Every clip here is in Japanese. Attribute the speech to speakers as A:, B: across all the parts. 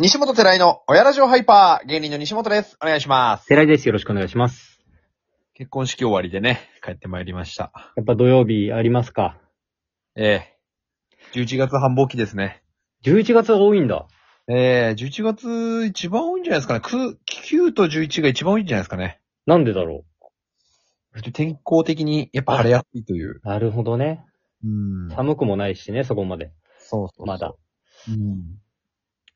A: 西本寺井の親ラジオハイパー、芸人の西本です。お願いします。
B: 寺井です。よろしくお願いします。
A: 結婚式終わりでね、帰ってまいりました。
B: やっぱ土曜日ありますか
A: ええ11月繁忙期ですね。
B: ?11 月が多いんだ。
A: ええ11月一番多いんじゃないですかね。9、9と11が一番多いんじゃないですかね。
B: なんでだろ
A: 天候的にやっぱ晴れやすいという。
B: う。なるほどね。
A: うん
B: 寒くもないしね、そこまで。
A: そうそうそう
B: まだ。。
A: うん。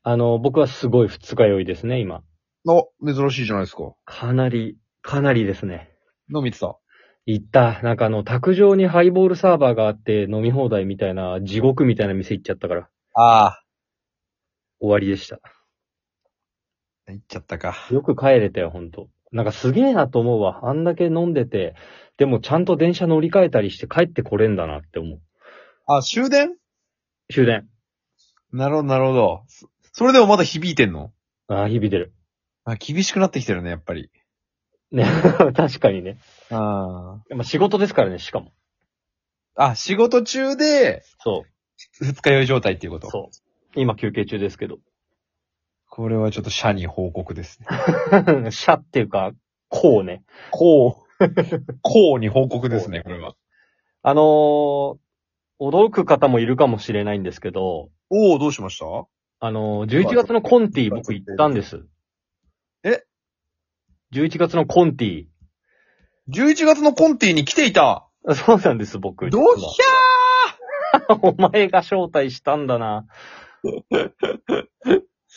B: あの、僕はすごい二日酔いですね、今。
A: の、珍しいじゃないですか。
B: かなり、かなりですね。
A: 飲みてた。
B: 行った。なんかあの、卓上にハイボールサーバーがあって飲み放題みたいな、地獄みたいな店行っちゃったから、
A: あ
B: 終わりでした。
A: あ、行っちゃったか。
B: よく帰れたよ、ほんと。なんかすげえなと思うわ。あんだけ飲んでて、でもちゃんと電車乗り換えたりして帰ってこれんだなって思う。
A: あ、終電
B: 終電。
A: なるほど、なるほど。そそれでもまだ響いてんの
B: ああ、響いてる。
A: あ、厳しくなってきてるね、やっぱり。
B: ね、 確かにね。
A: あ
B: まあ、仕事ですからね、しかも。
A: あ。あ、仕事中で、
B: そ
A: 二日酔い状態っていうこ
B: う。
A: と。
B: そう。今休憩中ですけど。
A: これはちょっと社に報告ですね。
B: シャっていうか、こうね。
A: こう。 こうに報告ですね、これは。
B: あのー驚く方もいるかもしれないんですけど、
A: おおどうしました
B: あのー11月のコンティ僕行ったんです。
A: え
B: ?11 月のコンティ
A: ?11 月のコンティに来ていた
B: そうなんです、僕。
A: どう
B: 実
A: ひ
B: は
A: ゃ
B: お前が招待したんだ な。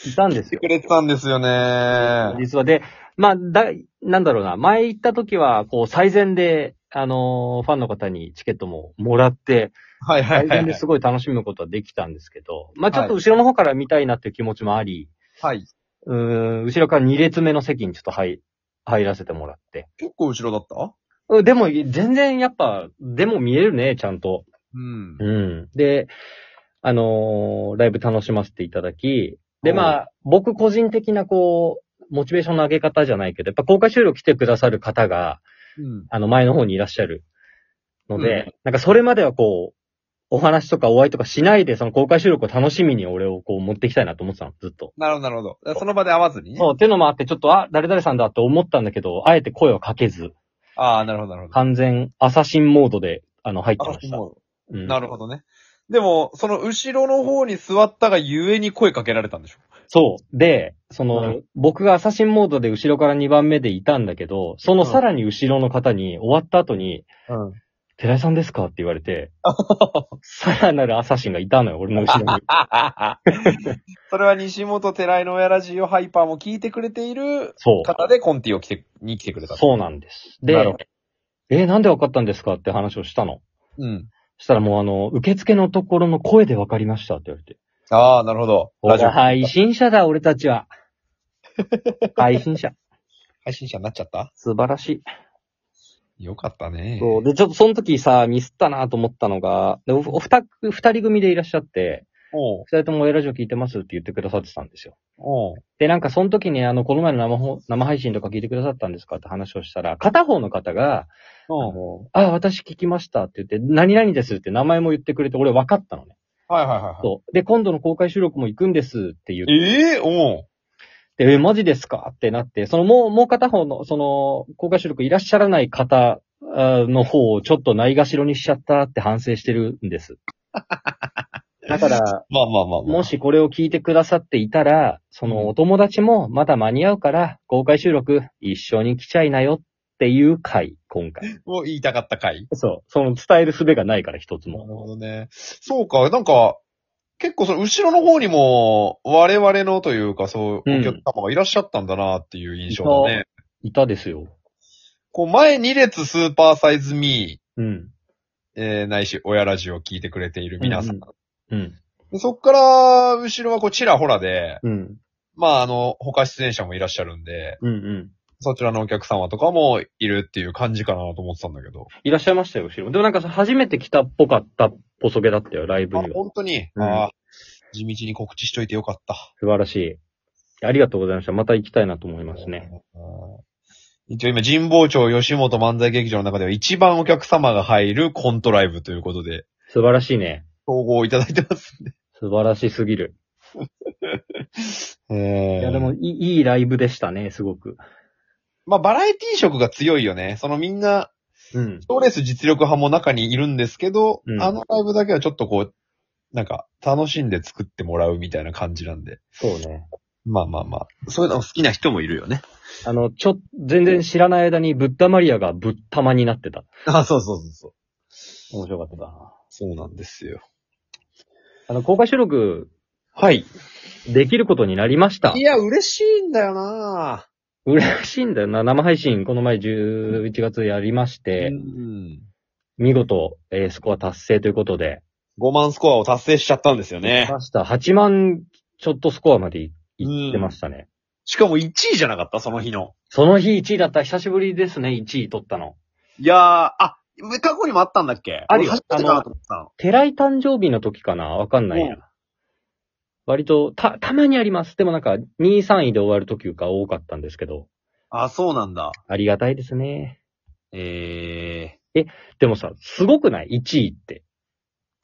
B: いたんです
A: ー
B: よ
A: く。れてたんですよねー。
B: 実はで、まあ、だ、なんだろうな、前行った時は、こう、最善で、あのーファンの方にチケットももらって、
A: はいは
B: 最
A: いはい
B: 善
A: は
B: で
A: い。
B: すごい楽しむことはできたんですけど、まあ、ちょっと
A: は
B: 後ろの方から見たいなっていう気持ちもあり、
A: はい。
B: うーん、後ろから2列目の席にちょっと入、入らせてもらって。
A: 結構後ろだった
B: うんでも、全然やっぱ、でも見えるね、ちゃんと。
A: うん。
B: うん。で、あのーライブ楽しませていただき、で、
A: おう
B: まあ、僕個人的な、こう、モチベーションの上げ方じゃないけど、やっぱ公開収録来てくださる方が、
A: うん。
B: あの、前の方にいらっしゃるので、なんかそれまではこう、お話とかお会いとかしないで、その公開収録を楽しみに俺をこう持っていきたいなと思ってたの、ずっと。
A: なるほど、なるほど。その場で会わずにね。
B: そう、っていうのもあって、ちょっと、あ、誰々さんだと思ったんだけど、あえて声をかけず、
A: ああ、なるほど、なるほど。
B: 完全アサシンモードで、あの、入ってま
A: 私
B: した。
A: も
B: うん
A: なるほどね。でも、その後ろの方に座ったがゆえに声かけられたんでしょ
B: そう。で、その、
A: うん
B: 僕がアサシンモードで後ろから2番目でいたんだけど、そのさらに後ろの方に、終わった後に、
A: うん。
B: 寺井さんですかって言われて、さらなるアサシンがいたのよ、俺の後 ろに。
A: それは西本寺井の親ラジオハイパーも聞いてくれている
B: そう。
A: 方でコンティを来て、に来てくれた。
B: そうなんです。
A: なる
B: で
A: ほ、
B: えーなんでわかったんですかって話をしたの。
A: う。うん。
B: したらもうあの、受付のところの声でわかりましたって言われて。
A: ああ、なるほど。ラジオ。
B: 配信者だ、俺たち は。配信者。
A: 配信者になっちゃった
B: 素晴らしい。
A: よかったね。
B: そう。で、ちょっとその時さ、ミスったなと思ったのが、でおお二組二人組でいらっしゃって、
A: おう
B: 二人とも親ラジオ聞いてますって言ってくださってたんですよ。
A: おう
B: で、なんかその時にあの、この前の生ほ生配信とか聞いてくださったんですかって話をしたら、片方の方が、あ
A: おう
B: のあ、私聞きましたって言って、何々ですって名前も言ってくれて、俺分かったのね。
A: はいはいはいはい。
B: そう。で、今度の公開収録も行くんですって言って、
A: ええおう
B: え、マジですかってなって、そのもう、もう片方の、その、公開収録いらっしゃらない方あーの方をちょっとないがしろにしちゃったって反省してる んです。だから、
A: まあまあまあ、まあ。
B: もしこれを聞いてくださっていたら、そのお友達もまだ間に合うから、公開収録一緒に来ちゃいなよっていう回、今回。
A: を言いたかったかい。
B: そう。その伝える術がないから一つ
A: な
B: も。
A: るほどね。そうか、なんか、結構その後ろの方にも、我々のというか、そう、お
B: うん
A: 客様がいらっしゃったんだなっていう印象だね。
B: いたですよ。
A: こう、前2列スーパーサイズミ
B: うん。
A: ー、えー、ないし、親ラジオを聞いてくれている皆さん。
B: うんうん。
A: でそっから、後ろはこう、ちらほらで、
B: うん。
A: まあ、あの、他出演者もいらっしゃるんで、
B: うんうん。
A: そちらのお客様とかもいるっていう感じかなと思ってたんだけど。
B: いらっしゃいましたよ、後ろ。でもなんか初めて来たっぽかったっぽそげだったよ、ライブ
A: あ
B: に、は。
A: 本当に、
B: うん
A: あー地道に告知しといてよかった。
B: 素晴らしい。ありがとうございました。また行きたいなと思いますね。
A: うん。一応今、神保町吉本漫才劇場の中では一番お客様が入るコントライブということで、
B: 素晴らしいね。
A: 統合いただいてますんで。
B: 素晴らしすぎる。
A: え
B: い
A: え
B: や、でもいい、いいライブでしたね、すごく。
A: まあ、バラエティ色が強いよね。そのみんな、
B: うん。
A: 賞レース実力派も中にいるんですけど、
B: うん
A: あのライブだけはちょっとこう、なんか、楽しんで作ってもらうみたいな感じなんで。
B: そうね。
A: まあまあまあ。そういうの好きな人もいるよね。
B: あの、ちょ、全然知らない間にブッダマリアがブッタマになってた。
A: あ、そうそうそうそう。
B: 面白かったな。
A: そうなんですよ。
B: あの、公開収録
A: はい。
B: できることになりました
A: い。や、嬉しいんだよな
B: 嬉しいんだよな。生配信、この前11月やりまし
A: う
B: て、
A: ん。
B: 見事、えースコア達成ということで、
A: 5万スコアを達成しちゃったんですよね。
B: ました。8万ちょっとスコアまでいいってましたね。
A: しかも1位じゃなかったその日の。
B: その日1位だった。久しぶりですね、1位取ったの。
A: いやー、あ、過去にもあったんだっけ
B: ある
A: 俺
B: よ
A: 初めてかなと思ってたの。
B: 寺井誕生日の時かなわかんないや。
A: うん
B: 割と、た、たまにあります。でもなんか、2位、3位で終わる時が多かったんですけど、
A: あ、そうなんだ。
B: ありがたいですね。
A: え
B: でもさ、すごくない ?1 位って。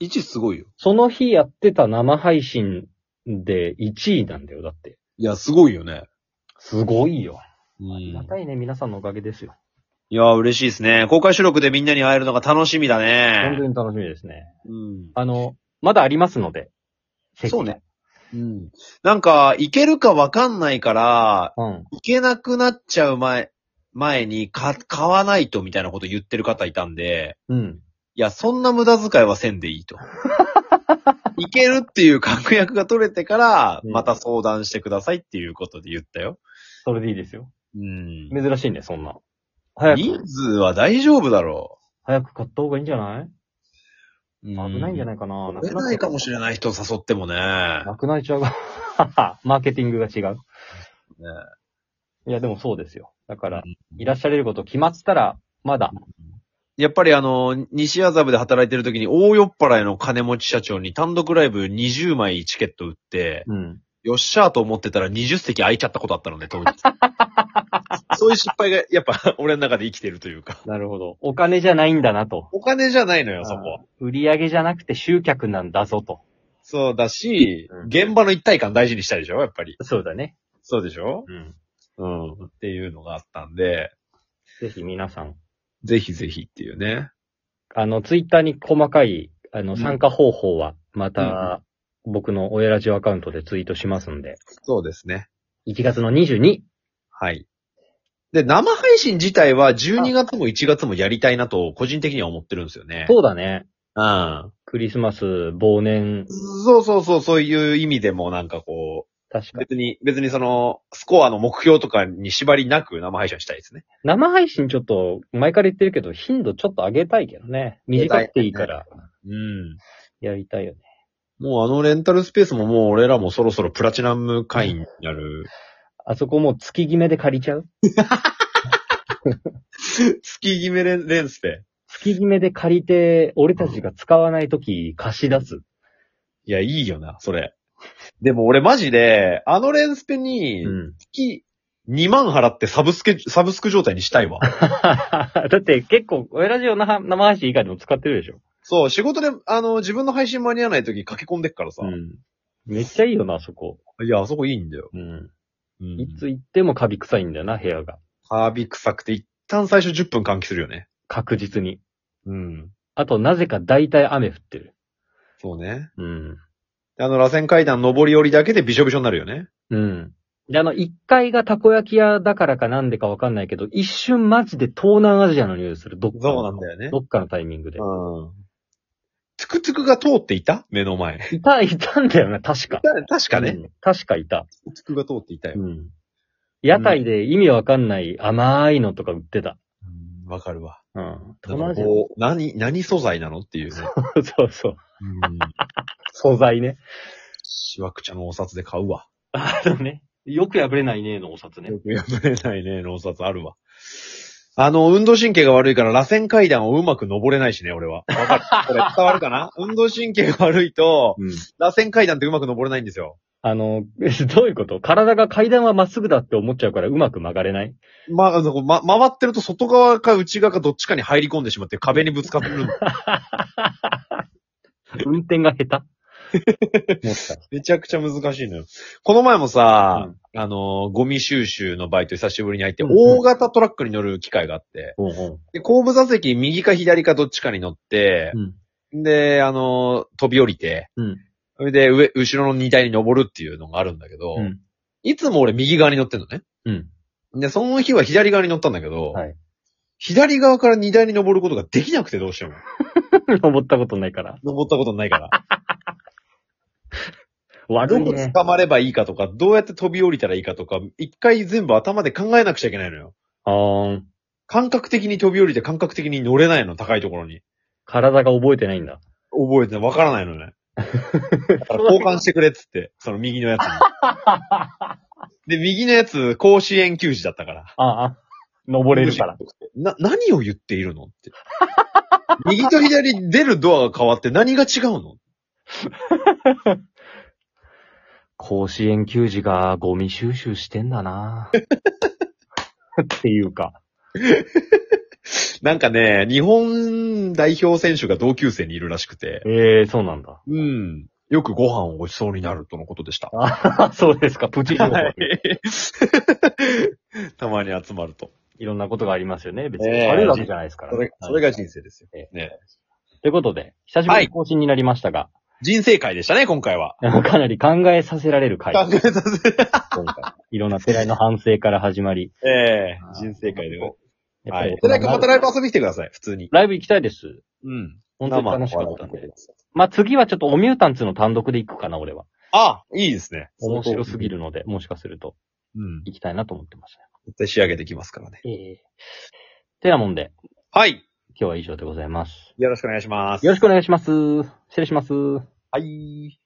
A: ー、1位すごいよ。
B: その日やってた生配信で1位なんだよ、だって。
A: いや、すごいよね。
B: すごいよ。
A: うん。
B: あり
A: い
B: がたいね、皆さんのおかげですよ。
A: やー、嬉しいですね。公開収録でみんなに会えるのが楽しみだ
B: 本当
A: ね。
B: に楽しみですね。
A: うん。
B: あの、まだありますので。席
A: そうね。うん。なんか、行けるかわかんないから、
B: うん。
A: 行けなくなっちゃう前、前にか、買わないとみたいなこと言ってる方いたんで、
B: うん。
A: いや、そんな無駄遣いはせんでいい と。いけるっていう確約が取れてから、
B: うん
A: また相談してくださいっていうことで言ったよ。
B: それでいいですよ。
A: うん。
B: 珍しいね、そんな。早く、
A: 人数は大丈夫だろ。
B: 早く買った方がいいんじゃないう危ないんじゃないいかな。
A: 出ないかもしれない人を誘ってもね。
B: ない。なくなっちゃう が。マーケティングが違う。
A: ね
B: いや、でもそうですよ。だから
A: う、ん
B: いらっしゃれること決まったら、まだ。
A: やっぱりあの、西麻布で働いてる時に大酔っ払いの金持ち社長に単独ライブ20枚チケット売って、
B: うん。
A: よっしゃーと思ってたら20席空いちゃったことあったので、当 日。そういう失敗がやっぱ俺の中で生きてるというか。
B: なるほど。お金じゃないんだなと。
A: お金じゃないのよ、そこは。
B: 売り上げじゃなくて集客なんだぞと。
A: そうだし、
B: うん
A: 現場の一体感大事にしたいでしょやっぱり。
B: そうだね。
A: そうでしょ
B: うん。
A: うん。っていうのがあったんで、
B: ぜひ皆さん、
A: ぜひぜひっていうね。
B: あの、ツイッターに細かい、あ
A: うん
B: の、参加方法は、また、僕の親ラジオアカウントでツイートしますんで、
A: そうですね。
B: 1月の22。
A: はい。で、生配信自体は12月も1月もやりたいなと、個人的には思ってるんですよね。
B: そうだね。
A: うん。
B: クリスマス、忘年、
A: そうそうそう、そういう意味でもなんかこ
B: 確
A: う、
B: か。
A: 別に、別にその、スコアの目標とかに縛りなく生配信したいですね。
B: 生配信ちょっと、前から言ってるけど、頻度ちょっと上げたいけどね。短くていいから、
A: うん。
B: やりたいよね。
A: もうあのレンタルスペースももう俺らもそろそろプラチナム会員になる。
B: あそこもう月決めで借りちゃう
A: 月決めレンレンスペ。
B: 月決めで借りて、俺たちが使わないとき貸し出す。
A: いや、いいよな、それ。でも俺マジで、あのレンスペに、
B: ん。
A: 月2万払ってサブスケ、サブスク状態にしたいわ。
B: だって結構、親ラジオの生配信以外でも使ってるでしょ
A: そう、仕事で、あの、自分の配信間に合わない時駆け込んでっからさ。
B: ん。めっちゃいいよな、あそこ。
A: いや、あそこいいんだよ。
B: うん。
A: うん
B: いつ行ってもカビ臭いんだよな、部屋が。
A: カビ臭くて、一旦最初10分換気するよね。
B: 確実に。
A: うん。
B: あと、なぜか大体雨降ってる。
A: そうね。
B: うん。
A: であの、螺旋階段上り下りだけでびしょびしょになるよね。
B: うん。で、あの、1階がたこ焼き屋だからかなんでかわかんないけど、一瞬マジで東南アジアの匂いする。どっかの。
A: そうなんだよね。
B: どっかのタイミングで。
A: うん。つくつくが通っていた目の前。
B: いた、いたんだよな、確か。
A: 確かね。
B: うん確かいた。
A: つくつくが通っていたよ。
B: うん。屋台で意味わかんない甘いのとか売ってた。
A: うんわかるわ。
B: うん。
A: だか
B: 東南
A: ら
B: アジア
A: こう、何、何素材なのっていうね。
B: そうそう。
A: うん。
B: 素材ね。
A: しわくちゃのお札で買うわ。
B: あのね。よく破れないねのお札ね
A: よ。く破れないね、脳札あるわ。あの、運動神経が悪いから、螺旋階段をうまく登れないしね、俺は。わかる。これ伝わるか な運動神経が悪いと、
B: うん。
A: 螺旋階段ってうまく登れないんですよ。
B: あの、 どういうこと体が階段はまっすぐだって思っちゃうからうまく曲がれない
A: ま、あの、ま、回ってると外側か内側かどっちかに入り込んでしまって壁にぶつかってくるんだ。
B: 運転が下手思ったら。
A: めちゃくちゃ難しいのよ。この前もさ、
B: う
A: あのー、ゴミ収集のバイト久しぶりに入って、
B: うんうん
A: 大型トラックに乗る機会があって、
B: うんうん
A: で、後部座席右か左かどっちかに乗って、
B: うん
A: で、あのー、飛び降りて、
B: うん
A: それで上、後ろの荷台に登るっていうのがあるんだけど、
B: うん
A: いつも俺右側に乗ってんのね。
B: うん
A: で、その日は左側に乗ったんだけど、
B: はい
A: 左側から荷台に登ることができなくてどうしても。
B: 登ったことないから。
A: 登ったことないから。
B: 悪
A: ど
B: い
A: こ
B: ね。
A: 捕まればいいかとか、どうやって飛び降りたらいいかとか、一回全部頭で考えなくちゃいけないのよ。
B: あー
A: 感覚的に飛び降りて感覚的に乗れないの、高いところに。
B: 体が覚えてないんだ。
A: 覚えてないわからないのね。だから交換してくれっつって、その右の やつに。で、右のやつ、甲子園球児だったから。
B: ああ、登れるから。。
A: な、何を言っているのって。右と左出るドアが変わって何が違うの
B: 甲子園球児がゴミ収集してんだなっていうか。
A: なんかね、日本代表選手が同級生にいるらしくて、
B: ええそうなんだ。
A: うん。よくご飯をごちそうになるとのことで した。
B: あそうですか。プチ情報。
A: はい
B: い、
A: たまに集まると。
B: ろんなことがありますよね。別に。
A: ええ
B: 悪いわけじゃないですから、
A: そ
B: ね。
A: れ、それが人生ですよ。
B: え
A: ね。
B: ということで、久しぶりに更新になりましたが、
A: 人生会でしたね、今回は。
B: かなり考えさせられる回、
A: 考えさせ、
B: 今回。いろんな世代の反省から始まり。
A: ええ人生会でござい
B: やっ
A: ます。は
B: ぱり
A: い。寺井君またライブ遊びに来てください、普通に。
B: ライブ行きたいです。
A: うん。
B: 本当に楽しかった
A: 生
B: ん
A: の笑
B: で
A: い。声
B: まあ、次はちょっとオミュータンツの単独で行くかな、俺は。
A: あ、いいですね。
B: 面白すぎ
A: る。
B: るので、もしかすると
A: うん。
B: 行きたいなと思ってました。
A: 絶対仕上げてきますからね。
B: ええてなもんで、
A: はい。
B: 今日は以上でございます。
A: よろしくお願いします。
B: よろしくお願いします。失礼します。
A: はい。